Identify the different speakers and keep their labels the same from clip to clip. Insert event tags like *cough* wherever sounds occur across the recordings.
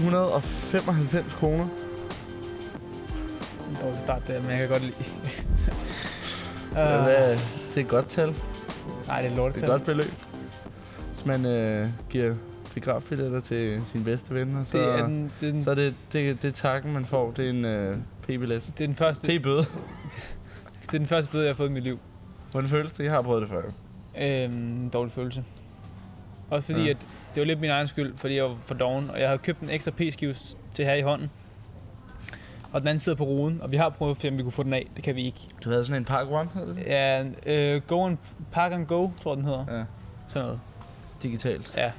Speaker 1: 795 kroner.
Speaker 2: En dårlig start der, men jeg kan godt
Speaker 1: *laughs*
Speaker 2: lide.
Speaker 1: Uh,
Speaker 2: uh,
Speaker 1: det er et godt tal. Det
Speaker 2: Ah, nej, det er
Speaker 1: er
Speaker 2: lortet.
Speaker 1: et godt beløb. Hvis man øh, giver biografbilletter til sin bedste ven, og så,
Speaker 2: Det er den, det er den,
Speaker 1: så er det, det, det er takken, man får. Det er en øh, p-billet.
Speaker 2: det er den første,
Speaker 1: P-bøde.
Speaker 2: det er den første bøde, jeg har fået i mit liv.
Speaker 1: Hvordan føles det? Jeg har prøvet det før.
Speaker 2: Øhm, en dårlig følelse. Også fordi,
Speaker 1: Ja.
Speaker 2: ja. at det var lidt min egen skyld, fordi jeg var for doven, og jeg havde købt en ekstra p-skive s- til her i hånden. Og den anden sidder på ruden, og vi har prøvet at se, om vi kunne få den af. Det kan vi ikke.
Speaker 1: Du havde sådan en Park One, hed det?
Speaker 2: Ja, øh, go and, Park and Go, tror jeg, den hedder.
Speaker 1: Ja.
Speaker 2: Sådan noget.
Speaker 1: Digitalt.
Speaker 2: Ja,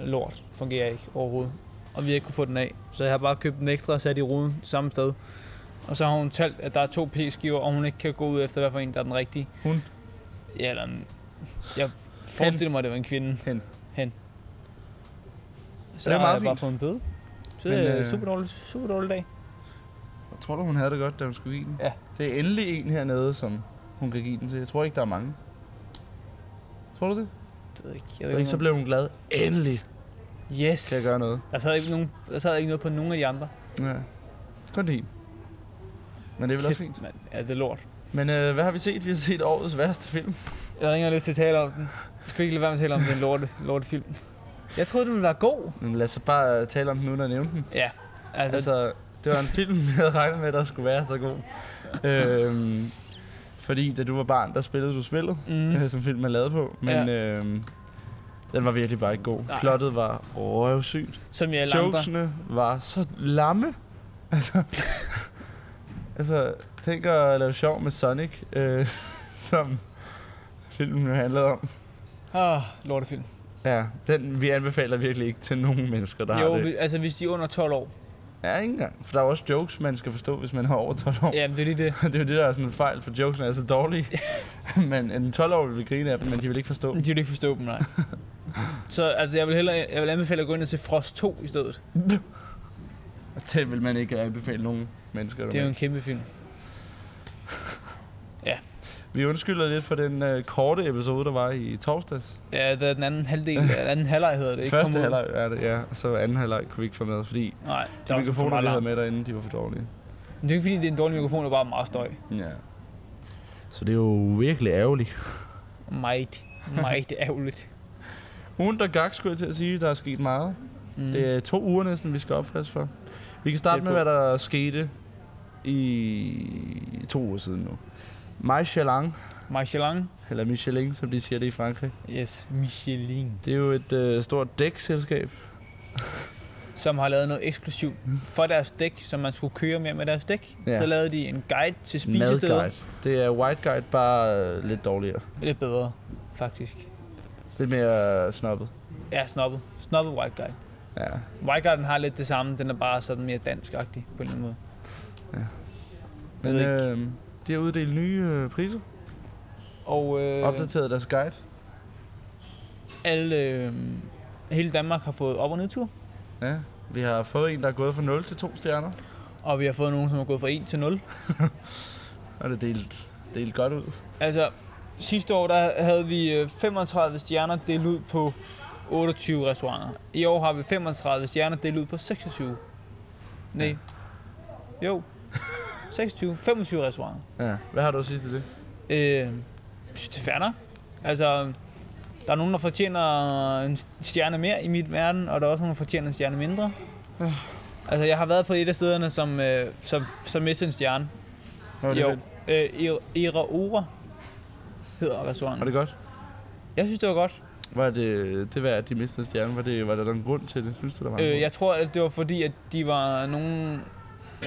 Speaker 2: lort. Fungerer ikke overhovedet. Og vi har ikke kunne få den af. Så jeg har bare købt den ekstra og sat i ruden samme sted. Og så har hun talt, at der er to p-skiver, og hun ikke kan gå ud efter, hvad for en, der er den rigtige.
Speaker 1: Hun?
Speaker 2: Ja, eller en- Jeg forestiller mig, at det var en kvinde.
Speaker 1: Hen.
Speaker 2: Hen. Så
Speaker 1: Det
Speaker 2: det
Speaker 1: er
Speaker 2: er
Speaker 1: meget
Speaker 2: har jeg bare
Speaker 1: fint.
Speaker 2: fået en bøde. Så
Speaker 1: Men,
Speaker 2: det er
Speaker 1: øh,
Speaker 2: øh... super dårlig, super dårlig dag.
Speaker 1: Jeg tror du, hun havde det godt, da hun skulle give den?
Speaker 2: Ja.
Speaker 1: Det er endelig en hernede, som hun kan give den til. Jeg tror ikke, der er mange. Tror du det?
Speaker 2: Det ved jeg ikke. Jeg
Speaker 1: Jeg
Speaker 2: ved
Speaker 1: ikke, så
Speaker 2: ikke, om-
Speaker 1: blev hun glad. Endelig
Speaker 2: Yes.
Speaker 1: kan jeg gøre noget.
Speaker 2: Der sad ikke, nogen, der sad ikke noget på nogen af de andre.
Speaker 1: Ja. Kun det Men det er vel også fint.
Speaker 2: mand. Ja, det er lort.
Speaker 1: Men øh, hvad har vi set? Vi har set årets værste film.
Speaker 2: Jeg havde ikke engang lyst til at tale om den. Jeg skulle ikke lade være med at tale om den lorte, lorte film. Jeg troede, den ville være god.
Speaker 1: Men lad os så bare øh, tale om den, uden at nævne den.
Speaker 2: Ja, altså, altså
Speaker 1: Altså, det var en film, *laughs* jeg havde regnet med, der skulle være så god. øhm, fordi da du var barn, der spillede du spillet,
Speaker 2: mm,
Speaker 1: mm. som filmen er lavet på. Men øhm, den var virkelig bare ikke god.
Speaker 2: Nej.
Speaker 1: Plottet var røvsygt.
Speaker 2: som jeg alle andre.
Speaker 1: Jokesene var så lamme. Altså, *laughs* altså tænk at lave sjov med Sonic, øh, *laughs* som filmen jo handlede om.
Speaker 2: Ah, lortefilm.
Speaker 1: Ja, den vi anbefaler virkelig ikke til nogen mennesker, der
Speaker 2: Jo,
Speaker 1: har det.
Speaker 2: vi- altså hvis de er under 12 år.
Speaker 1: Ja, ikke engang. For der er jo også jokes, man skal forstå, hvis man har over 12 år.
Speaker 2: Jamen, det er lige
Speaker 1: *laughs*
Speaker 2: det.
Speaker 1: det er jo det, der er sådan en fejl, for jokesene er så dårlige. *laughs* men en 12-årig vil grine af dem, men de vil ikke forstå
Speaker 2: *laughs* De
Speaker 1: dem.
Speaker 2: vil ikke forstå
Speaker 1: *laughs*
Speaker 2: dem, nej. Så altså, jeg vil, hellere, jeg vil anbefale at gå ind og se Frost 2 i stedet.
Speaker 1: Og det vil man ikke anbefale nogen mennesker.
Speaker 2: Det er jo
Speaker 1: med.
Speaker 2: en kæmpe film.
Speaker 1: Vi undskylder lidt for den øh, korte episode, der var i torsdags.
Speaker 2: Ja, det er den anden
Speaker 1: *laughs*
Speaker 2: halvdel, den anden halvleg hedder det.
Speaker 1: Det
Speaker 2: Ikke
Speaker 1: Første
Speaker 2: Kom ud.
Speaker 1: halvleg er det, ja. Og så anden halvleg kunne vi ikke få med, fordi
Speaker 2: Nej,
Speaker 1: de
Speaker 2: der var for
Speaker 1: mikrofoner, vi
Speaker 2: meget
Speaker 1: havde
Speaker 2: larm.
Speaker 1: med derinde, de var for dårlige.
Speaker 2: Men Det er jo ikke fordi, det er en dårlig mikrofon, det er bare meget støj.
Speaker 1: Ja. Så det er jo virkelig ærgerligt.
Speaker 2: Meget,
Speaker 1: *laughs*
Speaker 2: meget ærgerligt.
Speaker 1: Ugen der gak, skulle jeg til at sige, der er sket meget.
Speaker 2: Mm.
Speaker 1: Det er to uger næsten, vi skal opfriske for. Vi kan starte
Speaker 2: Tæt
Speaker 1: med,
Speaker 2: på.
Speaker 1: hvad der skete i to uger siden nu. Michelin,
Speaker 2: Michelin.
Speaker 1: eller Michelin, som de siger det i Frankrig,
Speaker 2: Yes, Michelin.
Speaker 1: det er jo et øh, stort dækselskab.
Speaker 2: som har lavet noget eksklusivt for deres dæk, som man skulle køre mere med deres dæk.
Speaker 1: Ja.
Speaker 2: Ja. Så lavede de en guide til spisesteder.
Speaker 1: Det er White Guide, bare øh, lidt dårligere.
Speaker 2: Lidt bedre, faktisk.
Speaker 1: Lidt mere øh, snobbet.
Speaker 2: Ja, snobbet. Snobbet White Guide.
Speaker 1: Ja.
Speaker 2: White Guide den har lidt det samme, den er bare sådan mere dansk-agtig på en eller anden måde.
Speaker 1: Men
Speaker 2: ved ikke.
Speaker 1: øh, de har uddelt nye øh, priser.
Speaker 2: Og
Speaker 1: Øh.
Speaker 2: øh,
Speaker 1: Opdateret deres guide.
Speaker 2: alle, øh, hele Danmark har fået op- og nedtur,
Speaker 1: Ja. Vi har fået en, der er gået fra 0 til 2 stjerner.
Speaker 2: og vi har fået nogen, som er gået fra 1 til 0.
Speaker 1: Og det er delt, delt godt ud.
Speaker 2: Altså, sidste år der havde vi øh, 35 stjerner delt ud på 28 restauranter. I år har vi 35 stjerner delt ud på 26. Nej. Jo. 26. 25 restauranter.
Speaker 1: Ja. Hvad har du at sige til det?
Speaker 2: Øh, jeg synes, det er fair nok. Altså, der er nogen, der fortjener en stjerne mere i mit verden, og der er også nogen, der fortjener en stjerne mindre. Altså, jeg har været på et af stederne, som, øh, som, som mistede en stjerne.
Speaker 1: Var det,
Speaker 2: Jo.
Speaker 1: fedt?
Speaker 2: Øh, Ira- Ira Ora hedder
Speaker 1: var
Speaker 2: restauranten.
Speaker 1: det godt?
Speaker 2: Jeg synes, det var godt.
Speaker 1: Var det det værd, at de mistede stjernen? Var, det, var der en grund til det? Synes du, der var en
Speaker 2: Øh,
Speaker 1: grund?
Speaker 2: jeg tror, at det var fordi, at de var nogen,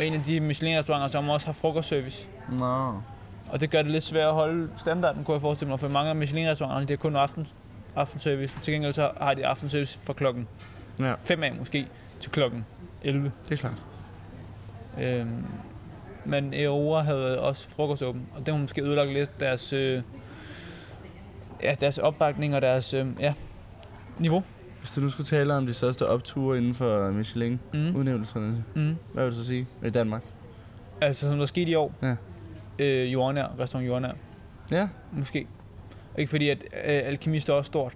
Speaker 2: en af de Michelin-restauranter, som også har frokostservice.
Speaker 1: Nå.
Speaker 2: Og det gør det lidt svært at holde standarden, kunne jeg forestille mig, for mange af Michelin-restauranterne, det er kun aften, aftenservice. Til gengæld så har de aftenservice fra klokken
Speaker 1: Ja.
Speaker 2: 5 af måske til klokken 11.
Speaker 1: Det er klart.
Speaker 2: Øhm, men Aurora havde også frokost åben, og det har måske ødelagt lidt deres, øh, ja, deres opbakning og deres øh, ja, niveau.
Speaker 1: Hvis du nu skulle tale om de største opture inden for
Speaker 2: Mm.
Speaker 1: Michelin-udnævnelserne,
Speaker 2: Mm.
Speaker 1: hvad vil du så sige? I Danmark?
Speaker 2: Altså som der skete i år.
Speaker 1: Ja.
Speaker 2: Øh, jordnær, restaurant jordnær.
Speaker 1: Ja.
Speaker 2: Måske. Ikke fordi, at øh, alkemist er også stort.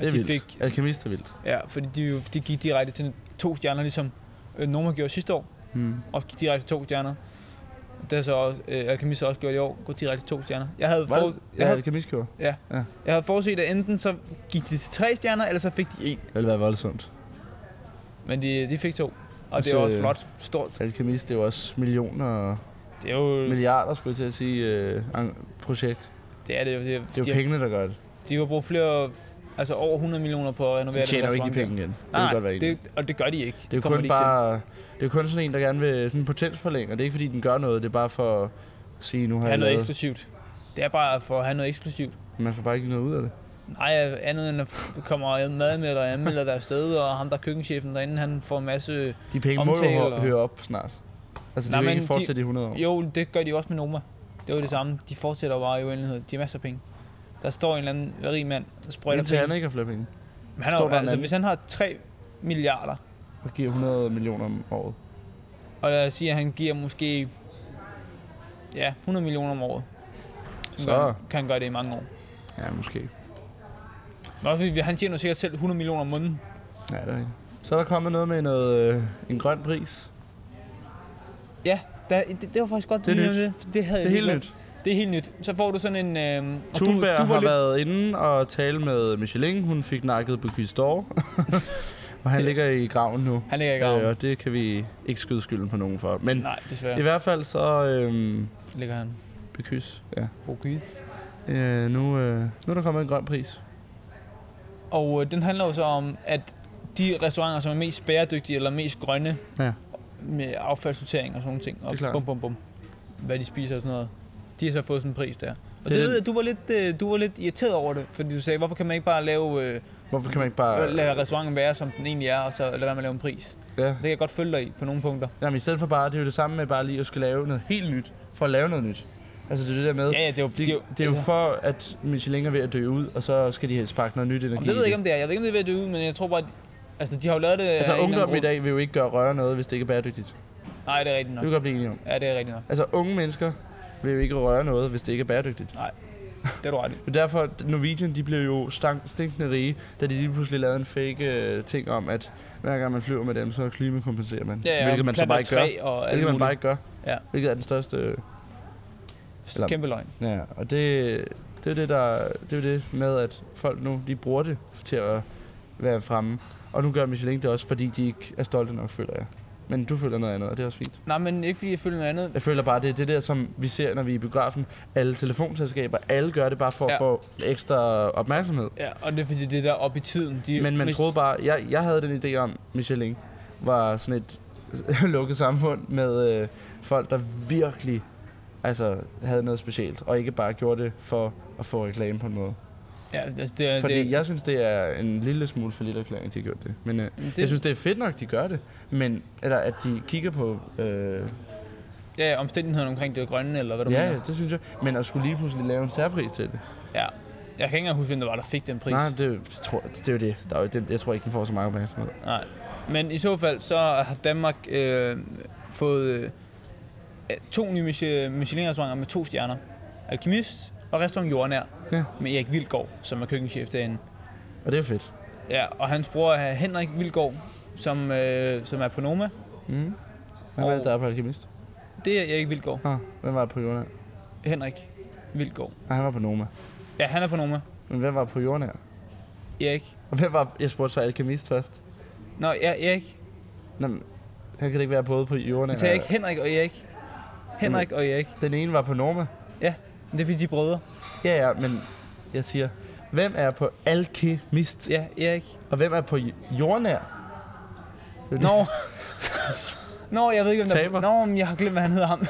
Speaker 1: Det er
Speaker 2: de
Speaker 1: vildt.
Speaker 2: fik-
Speaker 1: Alkemist er vildt.
Speaker 2: Ja, fordi de, jo- de gik direkte til to stjerner, ligesom øh, Norma gjorde sidste år,
Speaker 1: Mm.
Speaker 2: og gik direkte til to stjerner. Det har så også, øh, Alchemist har også gjort i år, gået direkte til to stjerner. Jeg havde,
Speaker 1: Var
Speaker 2: for,
Speaker 1: det,
Speaker 2: jeg,
Speaker 1: ja,
Speaker 2: havde,
Speaker 1: Alkemist gjorde.
Speaker 2: jeg havde forudset, at enten så gik de til tre stjerner, eller så fik de en.
Speaker 1: Det ville være voldsomt.
Speaker 2: Men de, de fik to. Og
Speaker 1: Og
Speaker 2: det er
Speaker 1: så,
Speaker 2: også
Speaker 1: øh,
Speaker 2: flot. Stort.
Speaker 1: Alkemist, det er jo også millioner og
Speaker 2: Det er jo...
Speaker 1: milliarder, skulle jeg til at sige, øh, en- projekt.
Speaker 2: Det er det jo. Det, er-
Speaker 1: Det er jo
Speaker 2: de,
Speaker 1: pengene, der gør det.
Speaker 2: de har brugt flere... Altså over 100 millioner på at renovere
Speaker 1: De
Speaker 2: den
Speaker 1: tjener jo ikke de
Speaker 2: restaurant der.
Speaker 1: penge igen. Det
Speaker 2: Nej,
Speaker 1: vil godt være enig.
Speaker 2: det, og det gør de ikke.
Speaker 1: Det er jo
Speaker 2: kommer
Speaker 1: kun
Speaker 2: de ikke til.
Speaker 1: bare... Det er jo kun sådan en, der gerne vil sådan potensforlænge, og det er ikke fordi, den gør noget, det er bare for at sige, nu har
Speaker 2: have
Speaker 1: jeg
Speaker 2: noget
Speaker 1: lavet.
Speaker 2: eksklusivt. Det er bare for at have noget eksklusivt.
Speaker 1: Man får bare ikke noget ud af det.
Speaker 2: Nej, andet end at f- kommer mad med og anmelder deres sted, og ham der er køkkenchefen derinde, han får en masse...
Speaker 1: De penge må
Speaker 2: Omtale
Speaker 1: jo
Speaker 2: og-
Speaker 1: høre- høre op snart. Altså,
Speaker 2: Nej,
Speaker 1: det vil
Speaker 2: men
Speaker 1: ikke
Speaker 2: de-
Speaker 1: fortsætte i 100 år.
Speaker 2: Jo, det gør de jo også med Noma. Det er jo det samme. De fortsætter jo bare i uendelighed. De har masser af penge. Der står en eller anden rig mand og sprøjter
Speaker 1: Indtil
Speaker 2: penge.
Speaker 1: han ikke har flere penge.
Speaker 2: Men han
Speaker 1: Står
Speaker 2: har,
Speaker 1: der en
Speaker 2: altså,
Speaker 1: anden?
Speaker 2: hvis han har 3 milliarder,
Speaker 1: Og giver 100 millioner om året.
Speaker 2: og lad os sige, at han giver måske ja, 100 millioner om året, så,
Speaker 1: Så.
Speaker 2: Gør, han- kan han gøre det i mange år.
Speaker 1: Ja, måske.
Speaker 2: Men også, fordi han tjener jo sikkert selv 100 millioner om måneden.
Speaker 1: Ja, det er rigtigt. Så er der kommet noget med noget, øh, en grøn pris.
Speaker 2: Der, det, det, var faktisk godt,
Speaker 1: Det er
Speaker 2: du lige
Speaker 1: nyt.
Speaker 2: nævnte Det, for det, havde
Speaker 1: Det
Speaker 2: jeg
Speaker 1: er
Speaker 2: lige
Speaker 1: helt
Speaker 2: glemt.
Speaker 1: nyt.
Speaker 2: Det er helt nyt. Så får du sådan en... Øh, og du,
Speaker 1: Thunberg
Speaker 2: du var
Speaker 1: har
Speaker 2: lidt,
Speaker 1: været inde og tale med Michelin. Hun fik nakket på *laughs* Kystor. og han ligger i graven nu.
Speaker 2: Han ligger i graven.
Speaker 1: Øh, og det kan vi ikke skyde skylden på nogen for. Men
Speaker 2: Nej,
Speaker 1: ja. i
Speaker 2: desværre.
Speaker 1: hvert fald så øhm,
Speaker 2: Ligger han.
Speaker 1: bekys. Ja.
Speaker 2: Bogis.
Speaker 1: Øh, nu, øh, nu er der kommet en grøn pris.
Speaker 2: Og øh, den handler jo så om, at de restauranter, som er mest bæredygtige eller mest grønne,
Speaker 1: Ja.
Speaker 2: med affaldssortering og sådan nogle ting, og
Speaker 1: Det er klart.
Speaker 2: bum bum bum, hvad de spiser og sådan noget, de har så fået sådan en pris der. Og det,
Speaker 1: er
Speaker 2: det ved
Speaker 1: den-
Speaker 2: jeg, du var, lidt, øh, du var lidt irriteret over det, fordi du sagde, hvorfor kan man ikke bare lave, øh,
Speaker 1: Hvorfor kan man ikke bare...
Speaker 2: lade restauranten være, som den egentlig er, og så lade være med at lave en pris?
Speaker 1: Ja.
Speaker 2: Det kan jeg godt følge dig i på nogle punkter.
Speaker 1: Jamen, i stedet for bare, det er jo det samme med bare lige at skulle lave noget helt nyt, for at lave noget nyt. Altså, det er det der med,
Speaker 2: Ja, ja, det er jo... altså-
Speaker 1: det, det, er jo for, at Michelin er ved at dø ud, og så skal de helst pakke noget nyt energi
Speaker 2: Jamen, det ved
Speaker 1: i
Speaker 2: jeg ikke, om det er. Jeg ved ikke, om det er ved at dø ud, men jeg tror bare, at altså, de har jo lavet det... af
Speaker 1: Altså,
Speaker 2: en eller anden
Speaker 1: ungdommen i
Speaker 2: grund.
Speaker 1: dag vil jo ikke gøre røre noget, hvis det ikke er bæredygtigt. Det
Speaker 2: Nej, det er rigtigt
Speaker 1: kan
Speaker 2: nok.
Speaker 1: vi godt blive enige om.
Speaker 2: Ja, det er rigtigt nok.
Speaker 1: Altså, unge mennesker vil jo ikke røre noget, hvis det ikke er bæredygtigt.
Speaker 2: Det er du ret i.
Speaker 1: Det er derfor, at Norwegian de blev jo stank, stinkende rige, da de lige pludselig lavede en fake øh, ting om, at hver gang man flyver med dem, så klimakompenserer man.
Speaker 2: Ja, ja,
Speaker 1: hvilket
Speaker 2: og
Speaker 1: man så
Speaker 2: planter
Speaker 1: bare ikke gør.
Speaker 2: træ Og alt
Speaker 1: Hvilket man
Speaker 2: muligt.
Speaker 1: bare ikke gør.
Speaker 2: Ja.
Speaker 1: Hvilket er den største... øh, eller-
Speaker 2: Kæmpe løgn.
Speaker 1: Ja, og det, det er jo det, der, det, er jo det med, at folk nu de bruger det til at være fremme. Og nu gør Michelin det også, fordi de ikke er stolte nok, føler jeg. Men du føler noget andet, og det er også fint.
Speaker 2: Nej, men ikke fordi jeg føler noget andet.
Speaker 1: Jeg føler bare, det er det der, som vi ser, når vi er i biografen. Alle telefonselskaber, alle gør det bare for ja.
Speaker 2: Ja.
Speaker 1: at få ekstra opmærksomhed.
Speaker 2: Ja, og det er fordi, det er der op i tiden. De
Speaker 1: Men man
Speaker 2: hvis-
Speaker 1: troede bare, jeg, jeg havde den idé om, Michelin var sådan et *laughs* lukket samfund med øh, folk, der virkelig altså, havde noget specielt, og ikke bare gjorde det for at få reklame på en måde.
Speaker 2: Ja, altså, det er...
Speaker 1: Fordi
Speaker 2: det,
Speaker 1: jeg synes, det er en lille smule for lille erklæring, de har gjort det. Men øh,
Speaker 2: det,
Speaker 1: det... jeg synes, det er fedt nok, de gør det. Men, eller at de kigger på... Øh,
Speaker 2: Ja, ja, omstændighederne omkring det grønne, eller hvad du
Speaker 1: ja,
Speaker 2: mener.
Speaker 1: ja, det synes jeg. Men at skulle lige pludselig lave en særpris til det.
Speaker 2: Ja. Jeg kan ikke engang huske, hvem der var, der fik den pris.
Speaker 1: Nej, det, det, tror, det er jo det. Der er jo, det. Jeg tror ikke, den får så meget opmærksomhed.
Speaker 2: Nej. Men i så fald, så har Danmark øh, fået øh, to nye Miche- Michelin-restauranter med to stjerner. Alchemist og restaurant Jordnær
Speaker 1: Ja.
Speaker 2: med Erik Vildgaard, som er køkkenchef derinde.
Speaker 1: Og det er fedt.
Speaker 2: Ja, og hans bror er Henrik Vildgaard, som, øh, som er på Noma.
Speaker 1: Mm. Hvem er
Speaker 2: Og-
Speaker 1: det, der er på Alkemist?
Speaker 2: Det er Erik Vildgaard.
Speaker 1: Ah, hvem var på Jordnær?
Speaker 2: Henrik Vildgaard.
Speaker 1: Ah, han var på Noma.
Speaker 2: Ja, han er på Noma.
Speaker 1: Men hvem var på Jordnær?
Speaker 2: Erik.
Speaker 1: Og hvem var... Jeg spurgte så Alkemist først.
Speaker 2: Nå, ja, Erik.
Speaker 1: Nå, men, han kan da ikke være både på Jordnær.
Speaker 2: Men tager jeg ikke Henrik og Erik? Henrik og Erik.
Speaker 1: Den ene var på Norma.
Speaker 2: Men Det er fordi, de er brødre.
Speaker 1: Ja, ja, men jeg siger... Hvem er på Alkemist?
Speaker 2: Ja, Erik.
Speaker 1: Og hvem er på jordnær? *laughs*
Speaker 2: Nå. Nå, jeg ved ikke, om der...
Speaker 1: Taber.
Speaker 2: Nå, men jeg har glemt, hvad han hedder ham.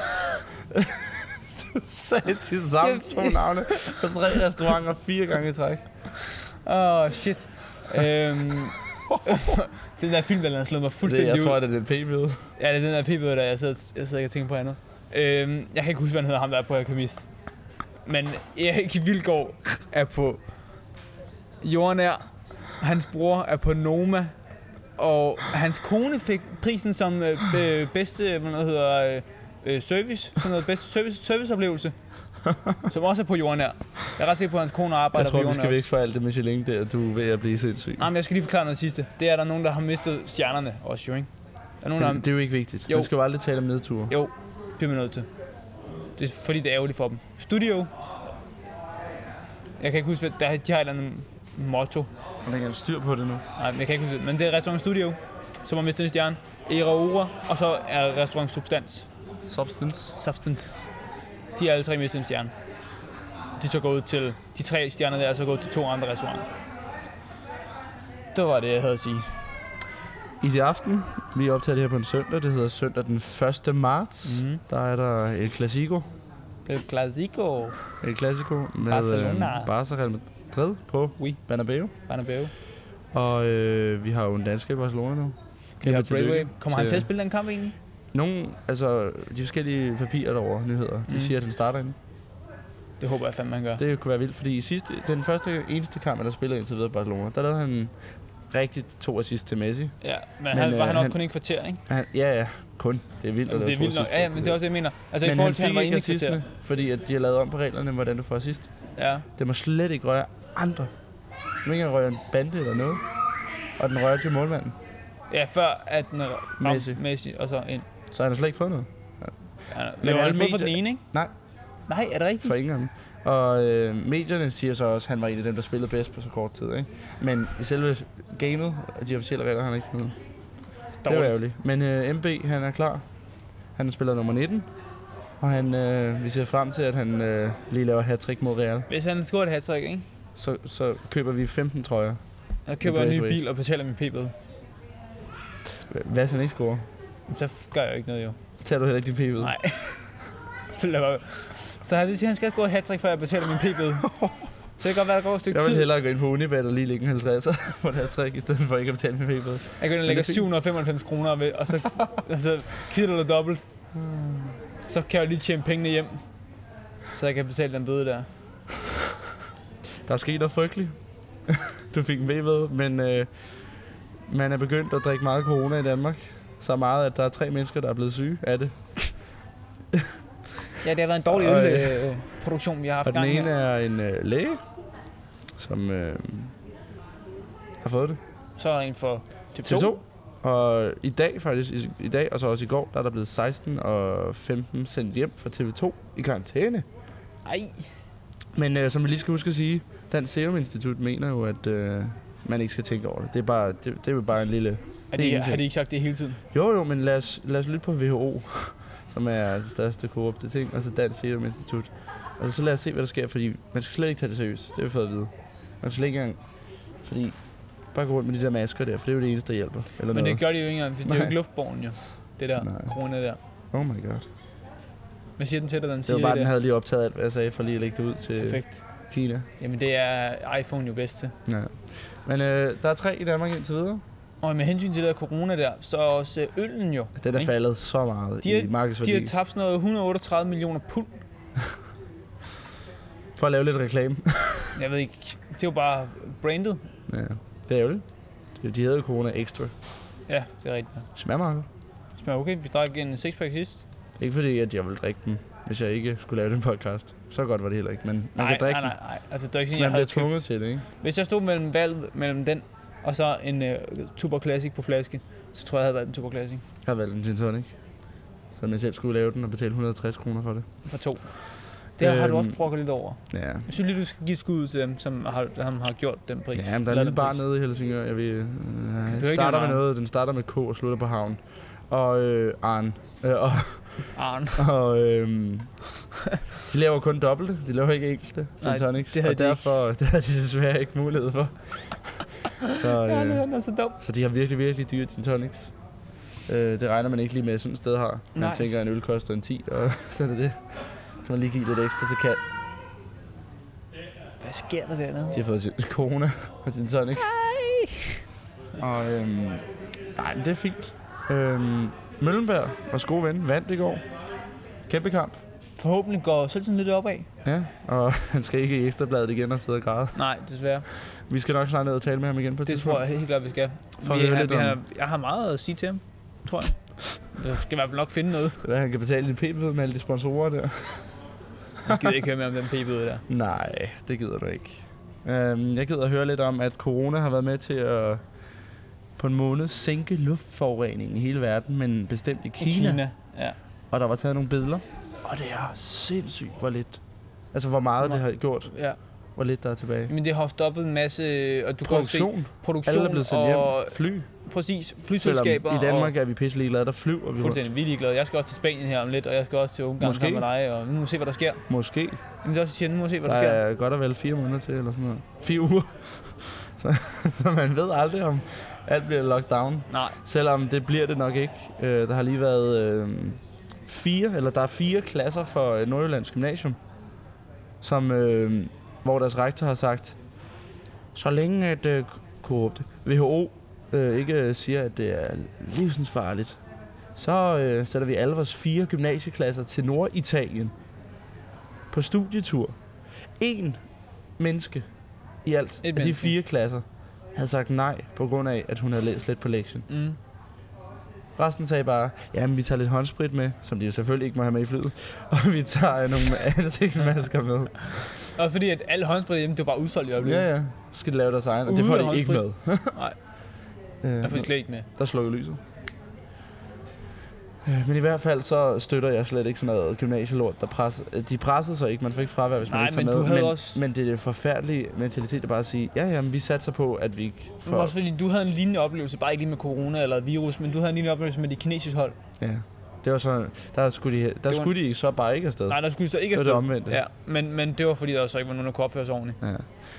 Speaker 1: Sagde de samme to navne på tre restauranter fire gange i træk.
Speaker 2: Åh, oh, shit. øhm, *laughs* den der film, der har slået mig
Speaker 1: Det,
Speaker 2: fuldstændig
Speaker 1: jeg tror,
Speaker 2: ud.
Speaker 1: det er det p-bøde.
Speaker 2: Ja, det er den der pibede, der jeg sidder, jeg sidder ikke og tænker på andet. Øhm, jeg kan ikke huske, hvad han hedder, ham der er på Alchemist. Men Erik Vildgaard er på Jordnær. Hans bror er på Noma. Og hans kone fik prisen som øh, øh, bedste, hvad noget hedder, øh, øh, service, sådan noget bedste service, serviceoplevelse som også er på jorden her. Jeg er ret sikker på, at hans kone arbejder
Speaker 1: Jeg tror,
Speaker 2: på
Speaker 1: vi
Speaker 2: jorden
Speaker 1: skal
Speaker 2: også.
Speaker 1: væk fra alt det Michelin der, du er ved at blive sindssyg.
Speaker 2: Nej, men jeg skal lige forklare noget sidste. Det er, at der er nogen, der har mistet stjernerne også, jo, ikke? Der er nogen, der
Speaker 1: Men
Speaker 2: har...
Speaker 1: det er jo ikke vigtigt.
Speaker 2: Jo.
Speaker 1: Man skal jo aldrig tale om nedture.
Speaker 2: Jo, det bliver man nødt til. Det er fordi, det er ærgerligt for dem. Studio. Jeg kan ikke huske, hvad... Der, de har et eller andet motto.
Speaker 1: Og der kan styr på det nu.
Speaker 2: Nej, men jeg kan ikke huske det. Men det er Restaurant Studio, som har mistet en stjerne. Era Ora, og så er Restaurant Substans.
Speaker 1: Substance.
Speaker 2: Substance. De har alle tre mistet en stjerne. De er så gået til... De tre stjerner der er så gået til to andre restauranter. Det var det, jeg havde at sige.
Speaker 1: I det aften, vi optager det her på en søndag, det hedder søndag den 1. marts. Mm.
Speaker 2: Mhm.
Speaker 1: Der er der El Clasico.
Speaker 2: El Clasico.
Speaker 1: El Clasico med
Speaker 2: Barcelona.
Speaker 1: Øh, Barca Real Madrid på
Speaker 2: Oui.
Speaker 1: Banabeo.
Speaker 2: Bernabeu.
Speaker 1: Og øh, vi har jo en dansker i Barcelona nu.
Speaker 2: Vi
Speaker 1: Kæmpe
Speaker 2: har
Speaker 1: tillykke
Speaker 2: Bradway. Kommer han til at
Speaker 1: til
Speaker 2: spille den kamp egentlig?
Speaker 1: Nogle, altså de forskellige papirer derovre, nyheder, de
Speaker 2: Mm.
Speaker 1: siger, at han starter inden.
Speaker 2: Det håber jeg fandme, han gør.
Speaker 1: Det kunne være vildt, fordi i sidste, den første eneste kamp, han har spillet indtil videre i Barcelona, der lavede han rigtigt to assist til Messi.
Speaker 2: Ja, men,
Speaker 1: Men,
Speaker 2: men han,
Speaker 1: øh,
Speaker 2: var han også
Speaker 1: han-
Speaker 2: kun i et kvarter, ikke?
Speaker 1: Han, ja, ja, kun. Det er vildt
Speaker 2: Jamen,
Speaker 1: at
Speaker 2: det
Speaker 1: lave
Speaker 2: er
Speaker 1: to
Speaker 2: vildt nok.
Speaker 1: assist
Speaker 2: Ja,
Speaker 1: på
Speaker 2: ja,
Speaker 1: et
Speaker 2: men det er også det, jeg mener. Altså i
Speaker 1: men
Speaker 2: forhold
Speaker 1: han
Speaker 2: til, at han
Speaker 1: fik
Speaker 2: var
Speaker 1: ikke
Speaker 2: inde i et kvarter.
Speaker 1: assistene, fordi at de har lavet om på reglerne, hvordan du får assist.
Speaker 2: Ja,
Speaker 1: Det må slet ikke røre andre. Du må ikke engang røre en bande eller noget. Og den rørte jo målmanden,
Speaker 2: ja før at den ramte
Speaker 1: Messi.
Speaker 2: Messi, og så ind.
Speaker 1: så han har slet ikke fået noget.
Speaker 2: Ja, men
Speaker 1: Men
Speaker 2: han
Speaker 1: alle
Speaker 2: fået for
Speaker 1: medier-
Speaker 2: den ene, ikke?
Speaker 1: Nej.
Speaker 2: Nej, er det rigtigt?
Speaker 1: For ingen af dem. Og øh, medierne siger så også, at han var en af dem, der spillede bedst på så kort tid. Ikke? Men i selve gamet og de officielle regler har han ikke fundet. Det var
Speaker 2: Dårligt.
Speaker 1: ærgerligt. Men øh, MB, han er klar. Han spiller nummer 19. Og han, øh, vi ser frem til, at han øh, lige laver hat mod Real.
Speaker 2: Hvis han scorer et hat ikke?
Speaker 1: Så, så køber vi 15 trøjer.
Speaker 2: Jeg køber en ny
Speaker 1: Braithwaite.
Speaker 2: bil og betaler min p-bøde.
Speaker 1: Hvad hvis han ikke scorer?
Speaker 2: Jamen, Så f- gør jeg jo ikke noget, jo. *laughs*
Speaker 1: Så tager du heller ikke din p ud.
Speaker 2: Nej. Så lad mig- så han siger, at han skal score et hat før jeg betaler min
Speaker 1: *laughs*
Speaker 2: p-bøde. Så det kan godt være, der går et stykke
Speaker 1: Jeg vil
Speaker 2: tid.
Speaker 1: hellere gå ind på Unibet og *laughs* lige lægge en 50'er på det her trick, i stedet for ikke at betale med p
Speaker 2: Jeg går ind og
Speaker 1: Men
Speaker 2: lægger
Speaker 1: det fik-
Speaker 2: 795 kroner ved, og så, og så kvitter du dobbelt. Så kan jeg jo lige tjene pengene hjem, så jeg kan betale den bøde der.
Speaker 1: Der er sket noget frygteligt. *laughs* du fik en ved, men øh, man er begyndt at drikke meget corona i Danmark. Så meget, at der er tre mennesker, der er blevet syge af det.
Speaker 2: Ja, det har været en
Speaker 1: dårlig
Speaker 2: dårlig
Speaker 1: øl,
Speaker 2: ølproduktion, vi har haft
Speaker 1: Og den
Speaker 2: gang
Speaker 1: ene
Speaker 2: her.
Speaker 1: er en øh, læge, som øh, har fået det.
Speaker 2: Så er der en for typ 2.
Speaker 1: TV2. Og i dag faktisk, i, i dag og så også i går, der er der blevet 16 og 15 sendt hjem fra TV2 i karantæne.
Speaker 2: Ej,
Speaker 1: Men øh, som vi lige skal huske at sige, Dansk Serum Institut mener jo, at øh, man ikke skal tænke over det. Det er, bare, det, det er jo bare en lille...
Speaker 2: har
Speaker 1: Det er
Speaker 2: de,
Speaker 1: ingenting.
Speaker 2: har de ikke sagt det hele tiden?
Speaker 1: Jo jo, men lad os, lad os lytte på WHO, *laughs* som er det største korrupte ting, og så Dansk Serum Institut. Og så lad os se, hvad der sker, fordi man skal slet ikke tage det seriøst. Det har vi fået at vide. Man skal slet ikke engang... Fordi bare gå rundt med de der masker der, for det er jo det eneste, der hjælper. Eller
Speaker 2: Men
Speaker 1: noget.
Speaker 2: det gør de jo ikke engang, for det er jo
Speaker 1: Nej.
Speaker 2: ikke luftborgen jo. Det der
Speaker 1: Nej.
Speaker 2: corona der.
Speaker 1: Oh my god.
Speaker 2: Man siger den til dig, den
Speaker 1: Det
Speaker 2: siger
Speaker 1: var
Speaker 2: det,
Speaker 1: bare, den
Speaker 2: der.
Speaker 1: havde lige optaget alt, hvad jeg sagde, for lige at lægge det ud til Perfekt.
Speaker 2: Perfekt.
Speaker 1: Kina.
Speaker 2: Jamen det er iPhone jo bedst til.
Speaker 1: Ja. Men øh, der er tre i Danmark indtil videre.
Speaker 2: Og med hensyn til det der corona der, så er også øh, øllen jo.
Speaker 1: Den er
Speaker 2: ikke?
Speaker 1: faldet så meget
Speaker 2: De er-
Speaker 1: i
Speaker 2: De
Speaker 1: markedsværdi.
Speaker 2: har tabt sådan noget 138 millioner pund.
Speaker 1: For at lave lidt reklame. *laughs*
Speaker 2: Jeg ved ikke, det er jo bare brandet.
Speaker 1: ja, det er jo det. De hedder corona extra.
Speaker 2: Ja, det er rigtigt.
Speaker 1: Smager meget. godt.
Speaker 2: Smager okay. Vi drak en sixpack sidst.
Speaker 1: Ikke fordi, at jeg ville drikke den, hvis jeg ikke skulle lave den podcast. Så godt var det heller ikke, men man kan drikke
Speaker 2: nej, nej, nej. Altså, det er ikke
Speaker 1: den. Man bliver
Speaker 2: sådan, jeg havde
Speaker 1: tvunget
Speaker 2: tvunget.
Speaker 1: til det, ikke?
Speaker 2: Hvis jeg stod mellem valget mellem den og så en uh, Tuber Classic på flaske, så tror jeg, jeg havde valgt en Tuber Classic
Speaker 1: Jeg har valgt en gin tonic. Så jeg selv skulle lave den og betale 160 kroner for det.
Speaker 2: for to. Det øhm, har du
Speaker 1: Øhm.
Speaker 2: også brokket lidt over.
Speaker 1: Ja.
Speaker 2: Jeg synes lige, du skal give et skud ud til dem, som har, som har gjort den pris.
Speaker 1: Ja, men der er en
Speaker 2: Lavet
Speaker 1: lille
Speaker 2: den
Speaker 1: bar
Speaker 2: pris.
Speaker 1: nede i Helsingør. Jeg vil,
Speaker 2: ikke
Speaker 1: øh,
Speaker 2: lave
Speaker 1: starter med
Speaker 2: navn?
Speaker 1: noget. Den starter med K og slutter på havn. Og øh, Arn. Øh, og, *laughs*
Speaker 2: Arne.
Speaker 1: og øh, de laver kun dobbelte. De laver ikke enkelte
Speaker 2: Nej,
Speaker 1: gin tonics.
Speaker 2: det havde
Speaker 1: og
Speaker 2: de ikke.
Speaker 1: derfor *laughs* det havde de desværre ikke mulighed
Speaker 2: *laughs*
Speaker 1: for. så,
Speaker 2: Ja,
Speaker 1: øh,
Speaker 2: *laughs* han er så dum.
Speaker 1: så de har virkelig, virkelig dyre gin tonics. Øh, det regner man ikke lige med sådan et sted her. Man
Speaker 2: Nej.
Speaker 1: tænker, at en øl koster en 10, og *laughs* så er det det. Så kan man lige give lidt ekstra til kat.
Speaker 2: Hvad sker der dernede?
Speaker 1: De har fået *laughs* gin- corona og gin tonic. Og øhm, nej, men det er fint. Øhm, Møllenberg, vores gode ven, vandt i går. Kæmpe kamp.
Speaker 2: Forhåbentlig går selvtiden lidt opad.
Speaker 1: Ja, og *laughs* han skal ikke i ekstrabladet igen og sidde og græde.
Speaker 2: Nej, desværre.
Speaker 1: Vi skal nok snart ned og tale med ham igen på et
Speaker 2: Det
Speaker 1: tidspunkt.
Speaker 2: tror jeg helt klart, vi skal.
Speaker 1: For at
Speaker 2: vi,
Speaker 1: høre
Speaker 2: har,
Speaker 1: lidt
Speaker 2: vi
Speaker 1: om-
Speaker 2: har, jeg har meget at sige til ham, tror
Speaker 1: *laughs*
Speaker 2: jeg. Jeg skal i hvert fald nok finde noget.
Speaker 1: Det er, hvad han kan betale din p med alle de sponsorer der.
Speaker 2: Jeg gider ikke høre mere om den p-bøde der.
Speaker 1: Nej, det gider du ikke. Øhm, jeg gider at høre lidt om, at corona har været med til at på en måned sænke luftforureningen i hele verden, men bestemt i Kina. Kina.
Speaker 2: Ja.
Speaker 1: Og der var taget nogle billeder. Og det er sindssygt, hvor lidt. Altså, hvor meget
Speaker 2: Hvor
Speaker 1: det har gjort.
Speaker 2: ja.
Speaker 1: Hvor lidt der er tilbage.
Speaker 2: Men det har jo stoppet en masse... øh, Og du kan jo
Speaker 1: Produktion.
Speaker 2: se produktion
Speaker 1: Alle er blevet sendt
Speaker 2: og
Speaker 1: hjem. Fly.
Speaker 2: præcis
Speaker 1: Selvom
Speaker 2: flyselskaber
Speaker 1: I Danmark er vi pisse ligeglade, der flyver
Speaker 2: og
Speaker 1: vi rundt.
Speaker 2: fuldstændig vildt ligeglade. Jeg skal også til Spanien her om lidt, og jeg skal også til Ungarn
Speaker 1: Måske.
Speaker 2: sammen med dig, og nu må vi se, hvad der sker.
Speaker 1: Måske.
Speaker 2: Jamen, det er også, jeg siger, nu må vi se, hvad
Speaker 1: Der
Speaker 2: der, sker.
Speaker 1: er godt og vel fire måneder til, eller sådan noget. Fire uger. *laughs* Så, så man ved aldrig, om alt bliver lockdown.
Speaker 2: Nej,
Speaker 1: Selvom det bliver det nok ikke. Øh, der har lige været øh, fire, eller der er fire klasser for øh, Nordjyllands Gymnasium, som, øh, hvor deres rektor har sagt, så længe at øh, korrupte WHO øh, ikke øh, siger, at det er livsensfarligt, så øh, sætter vi alle vores fire gymnasieklasser til Norditalien på studietur. En menneske i alt
Speaker 2: Et
Speaker 1: af de
Speaker 2: menneske.
Speaker 1: fire klasser havde sagt nej, på grund af, at hun havde læst lidt på lektien.
Speaker 2: mm.
Speaker 1: Resten sagde bare, jamen vi tager lidt håndsprit med, som de jo selvfølgelig ikke må have med i flyet. *laughs* Og vi tager øh, nogle *laughs* ansigtsmasker med.
Speaker 2: Og fordi at alle håndsprit hjemme, det er bare udsolgt i øjeblikket.
Speaker 1: Ja, ja. Så skal de lave deres egen, og det
Speaker 2: Uden
Speaker 1: får de ikke med. *laughs*
Speaker 2: håndsprit. Nej,
Speaker 1: Øh,
Speaker 2: jeg får slet ikke med.
Speaker 1: der slukker lyset. Øh, Men i hvert fald så støtter jeg slet ikke sådan noget gymnasielort, der presser. øh, De pressede sig ikke, man får ikke fravær, hvis man
Speaker 2: Nej,
Speaker 1: ikke tager
Speaker 2: men
Speaker 1: med.
Speaker 2: du havde
Speaker 1: men,
Speaker 2: også-
Speaker 1: men det er det forfærdelige mentalitet at bare sige, ja, jamen vi satser på, at vi ikke
Speaker 2: For...
Speaker 1: får...
Speaker 2: Også fordi du havde en lignende oplevelse, bare ikke lige med corona eller virus, men du havde en lignende oplevelse med de kinesiske hold.
Speaker 1: Ja. Det var sådan, der skulle de, der
Speaker 2: var-
Speaker 1: skulle de så bare ikke afsted.
Speaker 2: Nej, der skulle du så ikke
Speaker 1: det var det
Speaker 2: afsted.
Speaker 1: omvendte.
Speaker 2: Ja, men, men det var fordi, der så ikke var nogen, der kunne opføre sig ordentligt.
Speaker 1: Ja.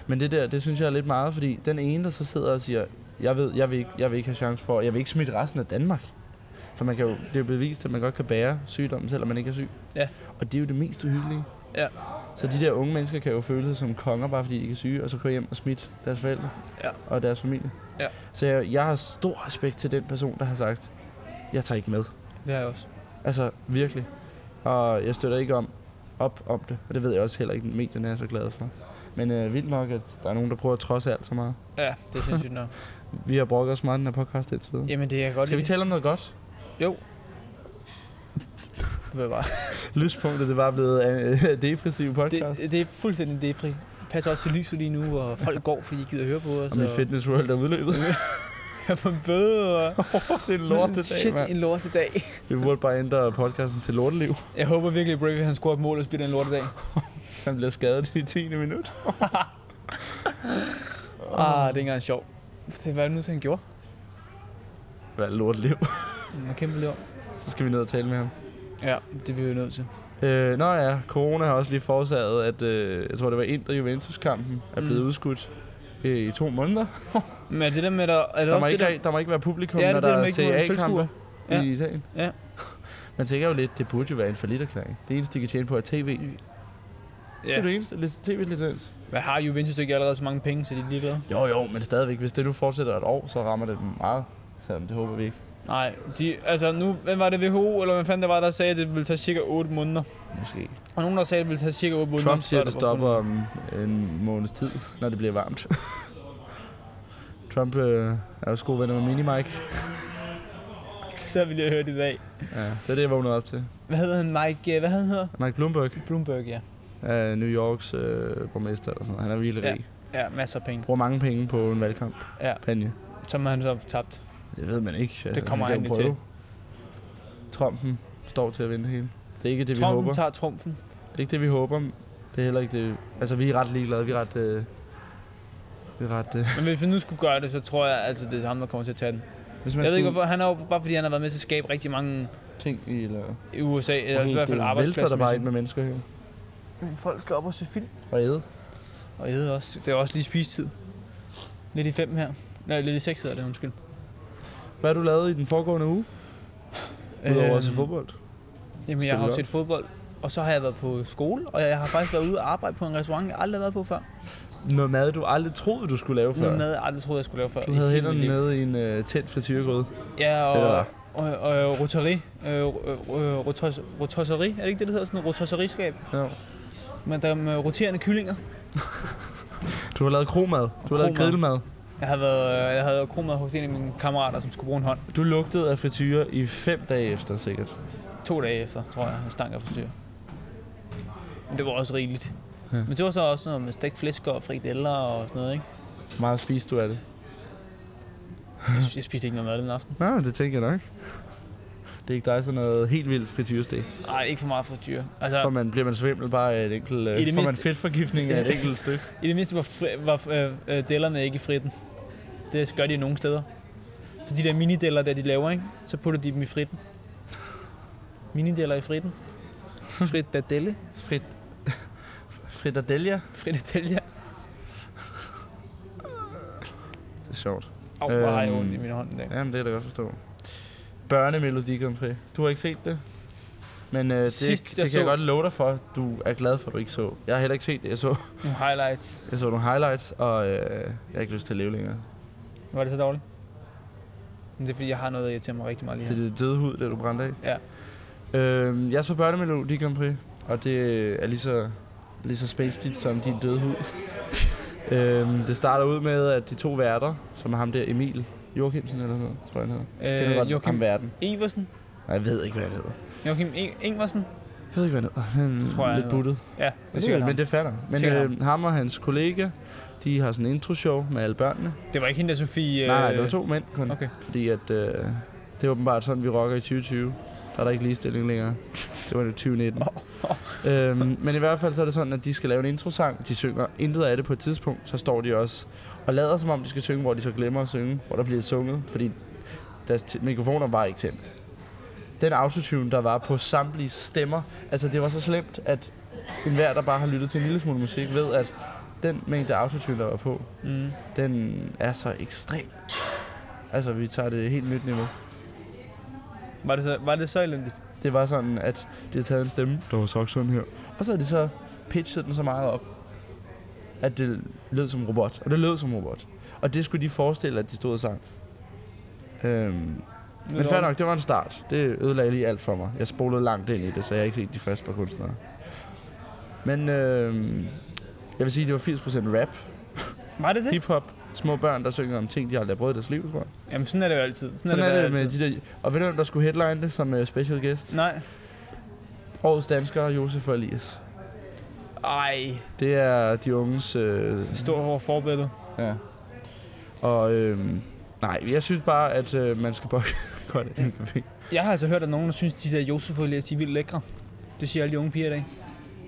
Speaker 1: Men det der, det synes jeg er lidt meget, fordi den ene, der så sidder og siger, jeg ved, jeg vil ikke, jeg vil ikke have chance for, jeg vil ikke smitte resten af Danmark. For man kan jo, det er jo bevist, at man godt kan bære sygdommen, selvom man ikke er syg.
Speaker 2: Ja.
Speaker 1: Og det er jo det mest uhyggelige.
Speaker 2: Ja.
Speaker 1: Så de der unge mennesker kan jo føle sig som konger, bare fordi de ikke er syge, og så går hjem og smitte deres forældre
Speaker 2: Ja.
Speaker 1: og deres familie.
Speaker 2: Ja.
Speaker 1: Så jeg, jeg har stor respekt til den person, der har sagt, jeg tager ikke med.
Speaker 2: Det har jeg også.
Speaker 1: Altså, virkelig. Og jeg støtter ikke om, op om det, og det ved jeg også heller ikke, at medierne er så glade for. Men øh, vildt nok, at der er nogen, der prøver at trodse alt så meget.
Speaker 2: Ja, det synes jeg *laughs* nok.
Speaker 1: Vi har brugt os meget i den her podcast indtil videre.
Speaker 2: Jamen, det er godt.
Speaker 1: Skal vi tale om noget godt?
Speaker 2: Jo. Det, var bare.
Speaker 1: Lyspunktet, det var blevet en øh, *laughs* depressiv podcast. Det,
Speaker 2: det, det er fuldstændig depri. Pas også til lyset lige nu, og folk går, fordi de gider høre på os.
Speaker 1: og mit fitness world er udløbet.
Speaker 2: *laughs* Jeg får en bøde, og...
Speaker 1: *laughs* det er en lortedag,
Speaker 2: *laughs* Shit,
Speaker 1: mand.
Speaker 2: en lortedag.
Speaker 1: Vi burde bare ændre podcasten til lorteliv.
Speaker 2: Jeg håber virkelig, at Bravey han scorer et mål, og så bliver det en lortedag.
Speaker 1: Så han bliver skadet i 10. minut.
Speaker 2: Ah, det er ikke engang sjovt. Det var nu, så han gjorde.
Speaker 1: Hvad er lorteliv?
Speaker 2: Han var kæmpe lort.
Speaker 1: Så skal vi ned og tale med ham.
Speaker 2: Ja, det bliver vi nødt til.
Speaker 1: Øh, nå ja, corona har også lige forårsaget, at øh, jeg tror, det var Inter Juventus-kampen er blevet
Speaker 2: Mm.
Speaker 1: mm. udskudt øh, i to måneder.
Speaker 2: Men er det der med, at der, er
Speaker 1: Der
Speaker 2: det
Speaker 1: må,
Speaker 2: også det
Speaker 1: ikke,
Speaker 2: der,
Speaker 1: re- der må ikke være publikum,
Speaker 2: Ja, det
Speaker 1: når
Speaker 2: er det,
Speaker 1: der
Speaker 2: der må
Speaker 1: er
Speaker 2: ikke være
Speaker 1: CA-kampe
Speaker 2: tilskuere.
Speaker 1: i Italien.
Speaker 2: Ja.
Speaker 1: *laughs* Man tænker jo lidt, det burde jo være en forlitterklæring. Det eneste, de kan tjene på, er tv. Det er
Speaker 2: ja.
Speaker 1: det eneste lic- tv-licens.
Speaker 2: Hvad har Juventus ikke allerede så mange penge, så de er ligeglade?
Speaker 1: Jo, jo, men stadigvæk. Hvis det nu fortsætter et år, så rammer det dem meget. Så det håber vi ikke.
Speaker 2: Nej, de, altså nu, hvem var det, WHO, eller hvad fanden der var, der sagde, at det ville tage cirka 8 måneder.
Speaker 1: Måske.
Speaker 2: Og nogen, der sagde, at det ville tage cirka 8 måneder.
Speaker 1: Trump
Speaker 2: så er
Speaker 1: siger, at det
Speaker 2: bare
Speaker 1: stopper
Speaker 2: fundet.
Speaker 1: om en måneds tid, *laughs* når det bliver varmt. Trump øh, er også god venner med Mini-Mike.
Speaker 2: Så ville jeg høre det i dag.
Speaker 1: Ja, det er det, jeg vågnede op til.
Speaker 2: Hvad hedder han, Mike, øh, hvad han hedder?
Speaker 1: Mike Bloomberg
Speaker 2: Bloomberg, ja.
Speaker 1: er New Yorks øh, borgmester eller sådan noget. Han er virkelig
Speaker 2: Ja.
Speaker 1: rig.
Speaker 2: Ja, masser af penge,
Speaker 1: Bruger mange penge på en valgkamp.
Speaker 2: Ja.
Speaker 1: Panje.
Speaker 2: som han så tabt.
Speaker 1: Det ved man ikke. Altså,
Speaker 2: kommer
Speaker 1: kan
Speaker 2: han
Speaker 1: jo
Speaker 2: jo
Speaker 1: prøve. Trumpen står til at vinde hele. Det er ikke det, vi
Speaker 2: Trumpen
Speaker 1: håber.
Speaker 2: tager trumfen.
Speaker 1: Det er ikke det, vi håber. Det er heller ikke det. Altså, vi er ret ligeglade. Vi er ret... Øh, vi er ret øh.
Speaker 2: Men hvis vi nu skulle gøre det, så tror jeg altså, det er ham, der kommer til at tage den.
Speaker 1: Hvis
Speaker 2: Jeg ved ikke,
Speaker 1: skulle
Speaker 2: hvorfor. Han er jo bare, fordi han har været med til at skabe rigtig mange
Speaker 1: ting i... Eller,
Speaker 2: i USA, eller i
Speaker 1: Helt,
Speaker 2: hvert fald
Speaker 1: det vælter der bare ind
Speaker 2: arbejdspladsmæssigt.
Speaker 1: med mennesker her.
Speaker 2: Men folk skal op og se film.
Speaker 1: Og æde.
Speaker 2: Og jeg hedder også, det er også lige spistid. Lidt i fem her. Nej, lidt i seks hedder det, undskyld.
Speaker 1: Hvad har du lavet i den foregående uge?
Speaker 2: Øh,
Speaker 1: Udover at
Speaker 2: Øhm,
Speaker 1: se fodbold.
Speaker 2: Jamen,
Speaker 1: Spiller
Speaker 2: jeg har
Speaker 1: du
Speaker 2: jo
Speaker 1: op?
Speaker 2: set fodbold, og så har jeg været på skole, og jeg har faktisk været ude og arbejde på en restaurant, jeg aldrig har været på før.
Speaker 1: Noget mad, du aldrig troede, du skulle lave før.
Speaker 2: Noget mad, jeg aldrig troede, jeg skulle lave før.
Speaker 1: Du
Speaker 2: i
Speaker 1: havde
Speaker 2: hele mit
Speaker 1: hænderne nede
Speaker 2: liv.
Speaker 1: i en øh, tændt frityregryde.
Speaker 2: Ja, og,
Speaker 1: Eller-
Speaker 2: og, og, og rotari. Øh, øh, rotos, rotosseri, er det ikke det, det hedder? Sådan et rotosseriskab.
Speaker 1: Ja.
Speaker 2: Men der er med roterende kyllinger.
Speaker 1: Du har lavet kromad. Du har lavet
Speaker 2: kromad.
Speaker 1: grillmad.
Speaker 2: Jeg havde, været, øh, jeg havde krummet hos en af mine kammerater, som skulle bruge en hånd.
Speaker 1: Du lugtede af frityre i fem dage efter, sikkert.
Speaker 2: To dage efter, tror jeg, jeg stank af frisyr. Men det var også rigeligt.
Speaker 1: Ja.
Speaker 2: Ja. Men det var så også noget med stegt flæsk og frikadeller og sådan noget, ikke?
Speaker 1: Meget spiste du af det.
Speaker 2: Jeg, jeg spiste ikke noget mad den aften.
Speaker 1: Nå, det tænker jeg nok. Det er ikke dig sådan noget helt vildt frityrestegt.
Speaker 2: Nej, ikke for meget for dyr.
Speaker 1: Ja.
Speaker 2: Altså,
Speaker 1: man, bliver man svimmel bare af et enkelt... Øh,
Speaker 2: I det
Speaker 1: får man
Speaker 2: mindste-
Speaker 1: fedtforgiftning af et enkelt *laughs* stykke.
Speaker 2: I det mindste var, fri, var øh, øh, dellerne ikke i fritten. Det gør de nogle steder. Så de der minideller, der de laver, ikke? så putter de dem i fritten. Minideller i fritten. Fritadelle.
Speaker 1: Frit... Fritadelja.
Speaker 2: Fritadelle.
Speaker 1: Det er sjovt.
Speaker 2: Au, hvor har jeg
Speaker 1: Øhm.
Speaker 2: ondt i min hånd i dag.
Speaker 1: Jamen, det kan jeg da godt forstå. Børnemelodi Grand Prix. Du har ikke set det? Men øh, det,
Speaker 2: Sidst
Speaker 1: det,
Speaker 2: jeg
Speaker 1: kan jeg
Speaker 2: så-
Speaker 1: godt love dig for, du er glad for, at du ikke så. Jeg har heller ikke set det. Jeg så,
Speaker 2: Nogle highlights.
Speaker 1: jeg så nogle highlights, og øh, jeg har ikke lyst til at leve længere.
Speaker 2: Var det så dårligt? Men det er fordi, jeg har noget, der irriterer mig rigtig meget lige
Speaker 1: Det
Speaker 2: her.
Speaker 1: er det døde hud, det du brændte af.
Speaker 2: Ja.
Speaker 1: Øhm, jeg så børnemelodi Grand Prix, og det er lige så, lige så spændstigt som din døde
Speaker 2: *laughs*
Speaker 1: hud. øhm, det starter ud med, at de to værter, som er ham der Emil Jorgensen eller sådan noget, tror jeg han hedder. Kender du godt
Speaker 2: Øh, Joachim
Speaker 1: ham verden.
Speaker 2: Eversen.
Speaker 1: Nej, jeg ved ikke, hvad han hedder.
Speaker 2: Joachim I- Ingersen.
Speaker 1: Jeg ved ikke, hvad han hedder. Han
Speaker 2: Det tror jeg,
Speaker 1: lidt
Speaker 2: han hedder.
Speaker 1: buttet.
Speaker 2: Ja, det er sikkert ham.
Speaker 1: men det fatter. Men
Speaker 2: Sikkert
Speaker 1: øh, ham og hans kollega, de har sådan en intro-show med alle børnene. Øh,
Speaker 2: Det var ikke hende der, Sofie...
Speaker 1: nej, nej,
Speaker 2: øh,
Speaker 1: det var to mænd kun.
Speaker 2: Okay.
Speaker 1: Fordi at, øh, det er åbenbart sådan, vi rocker i 2020. Der er der ikke ligestilling længere. Det var det 2019. øhm, men i hvert fald så er det sådan, at de skal lave en introsang. De synger intet af det på et tidspunkt. Så står de også og lader som om, de skal synge, hvor de så glemmer at synge. Hvor der bliver sunget, fordi deres t- mikrofoner var ikke tændt. Den autotune, der var på samtlige stemmer. Altså, det var så slemt, at enhver, der bare har lyttet til en lille smule musik, ved, at den mængde autotune, der var på,
Speaker 2: Mm.
Speaker 1: den er så ekstrem. Altså, vi tager det helt nyt niveau.
Speaker 2: Var, det så, var det så elendigt?
Speaker 1: Det var sådan, at det har taget en stemme, der var sagt sådan her. Og så er det så pitchet den så meget op, at det lød som robot. Og det lød som robot. Og det skulle de forestille, at de stod og sang. Øhm, men fair nok, det var en start. Det ødelagde lige alt for mig. Jeg spolede langt ind i det, så jeg har ikke set de første par kunstnere. Men øhm, jeg vil sige, at det var 80% rap,
Speaker 2: Var det det?
Speaker 1: hiphop, små børn, der synger om ting, de aldrig har prøvet i deres liv, tror jeg.
Speaker 2: Jamen sådan er det altså. jo altid. Sådan,
Speaker 1: Sådan er det
Speaker 2: bare
Speaker 1: med
Speaker 2: altid.
Speaker 1: de der... Og ved du, hvem der skulle headline det som øh, special guest?
Speaker 2: Nej.
Speaker 1: Årets dansker, Josef og Elias.
Speaker 2: Ej,
Speaker 1: Det er de unges... Øh,
Speaker 2: stor over forbillede.
Speaker 1: ja. Og øh, nej, jeg synes bare, *laughs* at øh, man skal bokke godt af MKB.
Speaker 2: Jeg har altså hørt, at nogen der synes, de der Josef og Elias, de er vildt lækre. Det siger alle de unge piger i dag.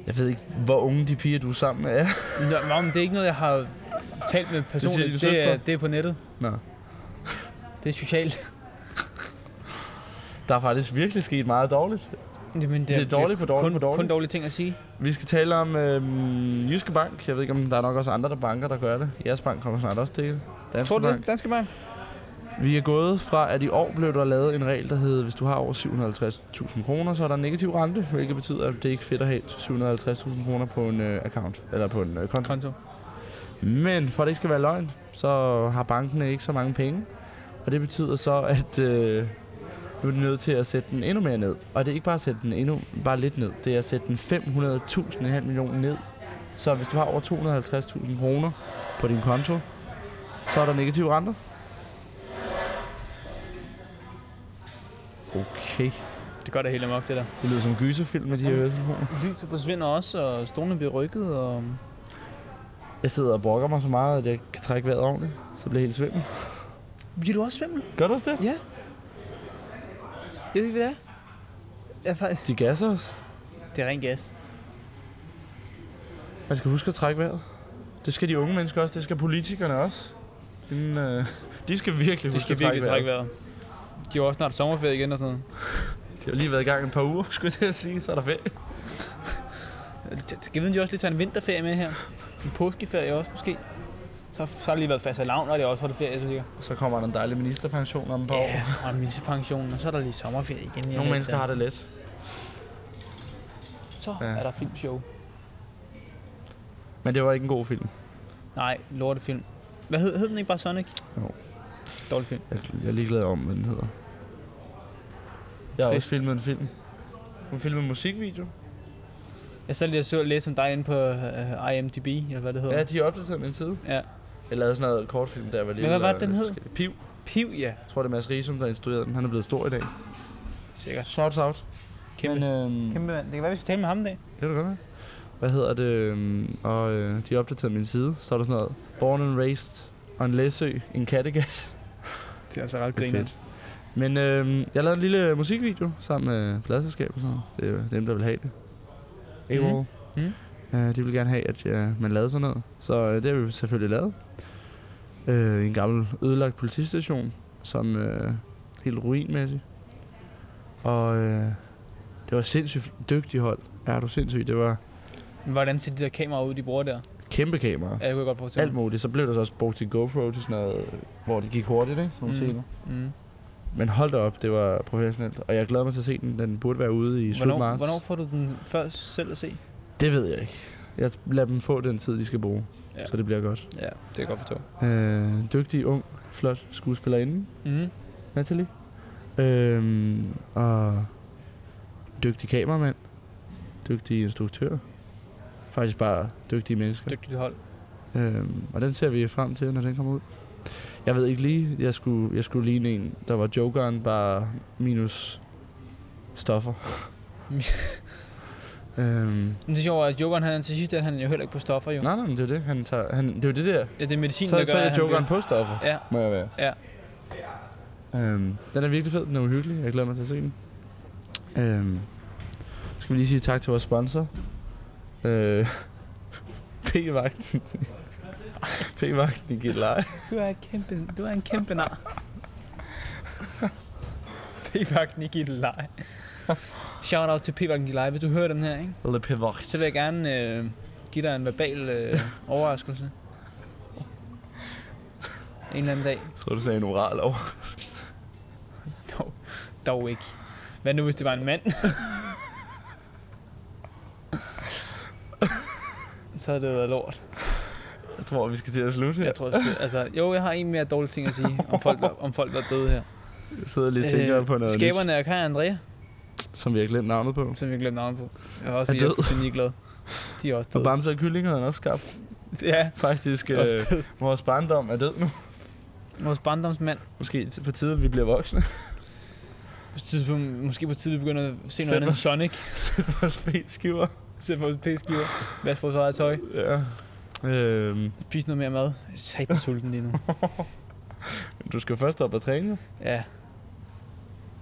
Speaker 1: Jeg ved ikke, hvor unge de piger, du er sammen med, er.
Speaker 2: Nå, men det er ikke noget, jeg har talt med personligt.
Speaker 1: dine
Speaker 2: Det, det, er,
Speaker 1: søstre?
Speaker 2: det er på nettet.
Speaker 1: Nå.
Speaker 2: Det er socialt.
Speaker 1: Der er faktisk virkelig sket meget dårligt.
Speaker 2: Jamen,
Speaker 1: Det er dårligt på dårligt
Speaker 2: kun,
Speaker 1: på dårligt.
Speaker 2: Kun dårlige ting at sige.
Speaker 1: Vi skal tale om øh, Jyske Bank. Jeg ved ikke, om der er nok også andre der banker, der gør det. Jeres bank kommer snart også til det. Danske
Speaker 2: Tror du
Speaker 1: Bank.
Speaker 2: det? Danske Bank?
Speaker 1: Vi er gået fra, at i år blev der lavet en regel, der hedder, hvis du har over 750.000 kroner, så er der en negativ rente, hvilket betyder, at det er ikke fedt at have 750.000 kroner på en øh, account, eller på en øh, konto.
Speaker 2: Konto.
Speaker 1: Men for at det ikke skal være løgn, så har bankene ikke så mange penge, og det betyder så, at øh, nu er de nødt til at sætte den endnu mere ned. Og det er ikke bare at sætte den endnu, bare lidt ned, det er at sætte den 500.000, en halv million ned. Så hvis du har over 250.000 kroner på din konto, så er der negative renter. Okay.
Speaker 2: Det gør da helt amok, det der.
Speaker 1: Det lyder som en gyserfilm med de her høretelefoner.
Speaker 2: Lyset forsvinder også, og stolene bliver rykket, og...
Speaker 1: Jeg sidder og brokker mig så meget, at jeg kan trække vejret ordentligt. Så bliver jeg helt svimmel.
Speaker 2: Bliver du også svimmel?
Speaker 1: Gør du også det?
Speaker 2: Ja. Jeg ved ikke, hvad det er. Jeg er faktisk...
Speaker 1: De gasser os.
Speaker 2: Det er ren gas.
Speaker 1: Man skal huske at trække vejret. Det skal de unge mennesker også. Det skal politikerne også. Den, øh, de skal virkelig
Speaker 2: Det
Speaker 1: huske
Speaker 2: skal
Speaker 1: at trække
Speaker 2: virkelig trække
Speaker 1: vejret.
Speaker 2: vejret. De har også snart sommerferie igen og sådan noget.
Speaker 1: De har lige været i gang en par uger, *laughs* skulle jeg til at sige. Så er der ferie.
Speaker 2: Altså, Skal vi vide, om de også lige tager en vinterferie med her? En påskeferie også måske? Så, så har det lige været fast lavn, og det er også holdt ferie, så sikkert.
Speaker 1: Så kommer der en dejlig ministerpension om et par år.
Speaker 2: Ja, og en pension, og så er der lige sommerferie igen. Jeg
Speaker 1: Nogle mennesker har det let.
Speaker 2: Så
Speaker 1: Ja.
Speaker 2: er der filmshow.
Speaker 1: Men det var ikke en god film.
Speaker 2: Nej, lortefilm. Hvad hed, hed den ikke bare Sonic?
Speaker 1: Jo.
Speaker 2: Dårlig film.
Speaker 1: Jeg, jeg er ligeglad om, hvad den hedder. Jeg har også
Speaker 2: Trist.
Speaker 1: filmet en film. Hun filmede en musikvideo.
Speaker 2: Jeg sad lige og så læse om dig inde på uh, IMDb, eller hvad det hedder.
Speaker 1: Ja, de har opdateret min side.
Speaker 2: Ja.
Speaker 1: Jeg lavede sådan noget kortfilm, der var lige...
Speaker 2: hvad var det, den hed?
Speaker 1: Piv.
Speaker 2: Piv, ja.
Speaker 1: Jeg tror, det er Mads Risum, der instruerede den. Han er blevet stor i dag.
Speaker 2: Sikkert.
Speaker 1: Shouts out.
Speaker 2: Kæmpe.
Speaker 1: Men, øhm,
Speaker 2: Kæmpe mand. Det kan være, vi skal tale med ham i dag.
Speaker 1: Det er du godt med. hvad hedder det, øhm, og øh, de har opdateret min side, så er der sådan noget, born and raised on Læsø, en Kattegat.
Speaker 2: Det er altså ret
Speaker 1: Det er
Speaker 2: grinerende.
Speaker 1: fedt. Men øhm, jeg lavede en lille musikvideo sammen med pladselskab og sådan noget. Det er jo dem, der vil have det. A-Wall.
Speaker 2: Mhm.
Speaker 1: Mm. Øh, de vil gerne have, at ja, man lavede sådan noget. Så øh, det har vi selvfølgelig lavet. Øh, i en gammel ødelagt politistation, som øh, helt ruinmæssig. Og øh, det var sindssygt dygtigt hold. Ja, du sindssygt. Det var
Speaker 2: Men Hvordan ser de der kameraer ud, de bruger der?
Speaker 1: kæmpe kamera.
Speaker 2: Ja, det kunne jeg godt forestille
Speaker 1: Alt muligt. Så blev det så også brugt til GoPro til sådan noget, øh, hvor det gik hurtigt, ikke? Som mm.
Speaker 2: Mm.
Speaker 1: scener.
Speaker 2: Mm.
Speaker 1: Men hold da op, det var professionelt. Og jeg glæder mig til at se den. Den burde være ude i slut
Speaker 2: Hvornår,
Speaker 1: marts.
Speaker 2: hvornår får du den først selv at se?
Speaker 1: Det ved jeg ikke. Jeg lader dem få den tid, de skal bruge.
Speaker 2: Ja.
Speaker 1: Ja. Så det bliver godt.
Speaker 2: Ja, det kan jeg godt forstå.
Speaker 1: Øh, dygtig, ung, flot skuespillerinde,
Speaker 2: Mm.
Speaker 1: Natalie. Øh, og dygtig kameramand. Dygtig instruktør. Faktisk bare dygtige mennesker.
Speaker 2: Dygtigt hold.
Speaker 1: Øhm, og den ser vi frem til, når den kommer ud. Jeg ved ikke lige, jeg skulle, jeg skulle ligne en, der var jokeren, bare minus
Speaker 2: *laughs*
Speaker 1: stoffer. øhm,
Speaker 2: Men det er sjovt, at Jokeren han er til sidst, at han er jo heller ikke på stoffer jo.
Speaker 1: nej, nej, men det er jo det, han tager, han, det er jo det der.
Speaker 2: Ja, det er medicin,
Speaker 1: Så,
Speaker 2: der gør,
Speaker 1: så er
Speaker 2: at
Speaker 1: jeg
Speaker 2: han
Speaker 1: jokeren på stoffer,
Speaker 2: bliver- Ja,
Speaker 1: må jeg være.
Speaker 2: Ja.
Speaker 1: Øhm, den er virkelig fed, den er uhyggelig, jeg glæder mig til at se den. Øhm, skal vi lige sige tak til vores sponsor. Øh, *laughs* P-vagten. *laughs* P-vagten i Gilleleje.
Speaker 2: du er, en kæmpe, du er en kæmpe nar. *laughs* P-vagten i Gilleleje. Shout out til P-vagten i Gilleleje, hvis du hører den her, ikke?
Speaker 1: Eller P-vagt.
Speaker 2: Så vil jeg gerne øh, give dig en
Speaker 1: *laughs*
Speaker 2: verbal øh, overraskelse. En eller anden dag.
Speaker 1: Jeg tror, du sagde en oral over.
Speaker 2: Dog, dog ikke. Hvad nu, hvis det var en
Speaker 1: *laughs*
Speaker 2: mand? så havde det været lort.
Speaker 1: Jeg tror, vi skal til at slutte her.
Speaker 2: Jeg tror, det, altså, jo, jeg har en mere dårlig ting at sige om folk, der, om folk, der er døde her.
Speaker 1: Jeg sidder lige og tænker på noget
Speaker 2: Skaberne er Kai og Andrea,
Speaker 1: nyt, som vi har glemt navnet på.
Speaker 2: som vi glemte navnet på. Jeg har også
Speaker 1: Er
Speaker 2: lige
Speaker 1: død.
Speaker 2: fuldstændig ligeglad. De er også
Speaker 1: Og
Speaker 2: døde.
Speaker 1: Bamse og Kylling havde han også skabt.
Speaker 2: Ja,
Speaker 1: Faktisk,
Speaker 2: de er
Speaker 1: øh,
Speaker 2: også døde.
Speaker 1: vores barndom er død nu.
Speaker 2: Vores barndomsmand.
Speaker 1: Måske t- på tide, at vi bliver voksne. *laughs*
Speaker 2: På et tidspunkt, måske på tid, vi begynder at se
Speaker 1: Sæt
Speaker 2: noget andet end
Speaker 1: os-
Speaker 2: Sonic.
Speaker 1: Sæt vores benskiver.
Speaker 2: Se på p-skiver. Vask vores eget tøj.
Speaker 1: Ja. Øhm,
Speaker 2: Spis noget mere mad. Sæt på sulten lige nu.
Speaker 1: du skal først op og træne. jo.
Speaker 2: Ja.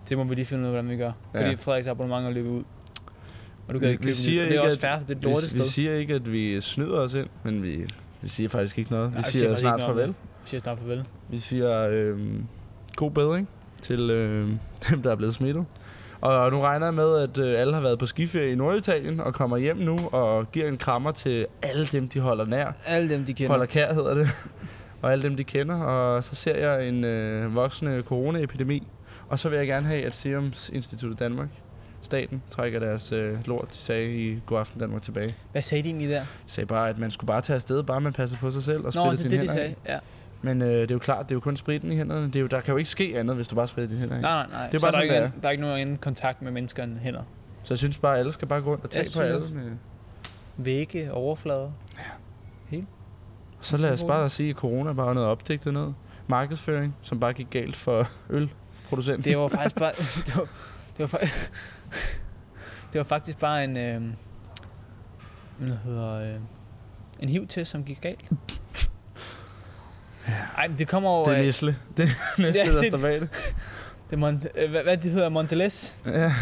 Speaker 2: Det må vi lige finde ud af, hvordan vi gør. Fordi
Speaker 1: Ja.
Speaker 2: Frederiks abonnement er løbet ud. Og
Speaker 1: Vi-
Speaker 2: du kan
Speaker 1: vi
Speaker 2: ikke købe
Speaker 1: siger
Speaker 2: en ny. Og
Speaker 1: ikke,
Speaker 2: Det er også
Speaker 1: at-
Speaker 2: færre, for det er et
Speaker 1: Vi,
Speaker 2: lortet
Speaker 1: vi
Speaker 2: sted.
Speaker 1: siger ikke, at vi snyder os ind, men vi, vi siger faktisk ikke noget. Vi
Speaker 2: Nej, vi siger
Speaker 1: siger
Speaker 2: faktisk
Speaker 1: snart
Speaker 2: ikke noget
Speaker 1: farvel.
Speaker 2: om Vi siger snart farvel.
Speaker 1: Vi siger øhm, god bedring til øhm, *laughs* dem, der er blevet smittet. Og nu regner jeg med, at øh, alle har været på skiferie i Norditalien og kommer hjem nu og giver en krammer til alle dem, de holder nær.
Speaker 2: Alle dem, de kender.
Speaker 1: Holder kær hedder det. *laughs* og alle dem, de kender. Og så ser jeg en øh, voksende coronaepidemi. Og så vil jeg gerne have, at Serums Institut i Danmark, staten, trækker deres øh, lort, de sagde i God Aften Danmark tilbage. De
Speaker 2: Hvad sagde de egentlig der?
Speaker 1: sagde bare, at man skulle bare tage afsted, bare man passer på sig selv og
Speaker 2: Nå,
Speaker 1: spiller
Speaker 2: det er
Speaker 1: sine
Speaker 2: det, de
Speaker 1: hænder af.
Speaker 2: sagde. Ja.
Speaker 1: Men øh, det er jo klart, det er jo kun spritten i hænderne. Det er jo, der kan jo ikke ske andet, hvis du bare spritter dine hænder. af.
Speaker 2: Nej, nej, nej.
Speaker 1: Det er
Speaker 2: så
Speaker 1: bare
Speaker 2: der,
Speaker 1: sådan,
Speaker 2: ikke,
Speaker 1: det er.
Speaker 2: anden- der er ikke nogen anden kontakt med mennesker end hænder.
Speaker 1: Så jeg synes bare, at alle skal bare gå rundt og tage
Speaker 2: Jeg
Speaker 1: på
Speaker 2: synes
Speaker 1: alle.
Speaker 2: også. øh,
Speaker 1: med-
Speaker 2: Vægge, overflader.
Speaker 1: Og så lad os bare sige, at corona bare var noget opdigtet noget. Markedsføring, som bare gik galt for ølproducenten.
Speaker 2: Det var faktisk bare... *laughs* det, var, det, var, fa- *laughs* det var faktisk bare en... Øh, hvad det hedder... Øh, en HIV-test, som gik galt. Ej, men det kommer over...
Speaker 1: det er
Speaker 2: af-
Speaker 1: Næsle. Det er Næsle,
Speaker 2: *laughs* Ja,
Speaker 1: ja, der
Speaker 2: det-
Speaker 1: står bag det.
Speaker 2: Det er Mont- øh, hvad, hvad de hedder? Mondelez?
Speaker 1: Ja.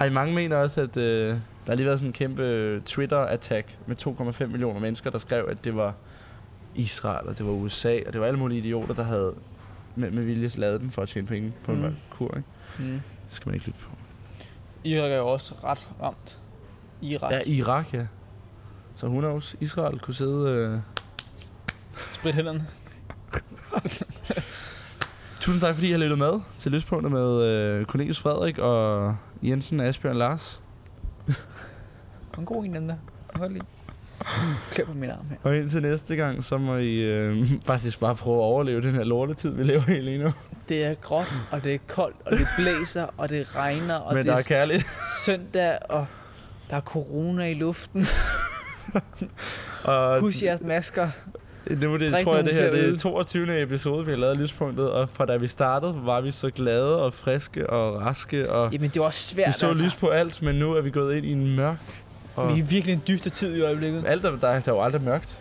Speaker 1: Ej, mange mener også, at øh, der har lige været sådan en kæmpe øh, Twitter-attack med 2,5 millioner mennesker, der skrev, at det var Israel, og det var USA, og det var alle mulige idioter, der havde med, med vilje lavet den for at tjene penge på mm.
Speaker 2: Mm.
Speaker 1: en kur. Ikke?
Speaker 2: Mm.
Speaker 1: Det skal man ikke lytte på.
Speaker 2: Irak er jo også ret ramt. Irak.
Speaker 1: Ja, Irak, ja. Så hun knows, Israel kunne sidde... Øh...
Speaker 2: Sprit hænderne.
Speaker 1: Tusind tak, fordi I har lyttet med til Lyspunktet med øh, Cornelius Frederik og Jensen Asbjørn Lars.
Speaker 2: En god en, den der. Hold lige. Klip på min arm her.
Speaker 1: Og indtil næste gang, så må I øh, *laughs* faktisk bare prøve at overleve den her lortetid, vi lever i lige nu.
Speaker 2: Det er gråt, og det er koldt, og det blæser, og det regner, og
Speaker 1: Og Men
Speaker 2: det
Speaker 1: der
Speaker 2: er
Speaker 1: er kærligt.
Speaker 2: søndag, og der er corona i luften.
Speaker 1: Og
Speaker 2: *laughs* Husk jeres masker.
Speaker 1: nu det,
Speaker 2: Drik
Speaker 1: tror jeg,
Speaker 2: nogle
Speaker 1: det her
Speaker 2: flere
Speaker 1: det er
Speaker 2: øl.
Speaker 1: 22. episode, vi har lavet af Lyspunktet. Og fra da vi startede, var vi så glade og friske og raske. Og
Speaker 2: Jamen, det var også svært,
Speaker 1: vi så lys på alt, men nu er vi gået ind i en mørk Og
Speaker 2: Vi er virkelig en dyster tid i øjeblikket.
Speaker 1: alt er, der, er- der er jo aldrig mørkt.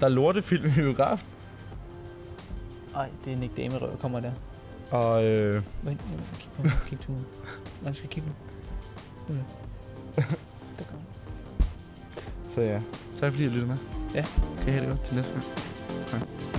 Speaker 1: Der er lortefilm i biografen.
Speaker 2: Nej, det er Nick Damerøv, der kommer der.
Speaker 1: Og øh,
Speaker 2: Vent, nu, kig på ham, kig på ham. Man skal kigge nu. Nu nu. Der kommer han.
Speaker 1: så ja, tak fordi I lyttede med.
Speaker 2: Ja.
Speaker 1: Kan I have det godt til næste gang.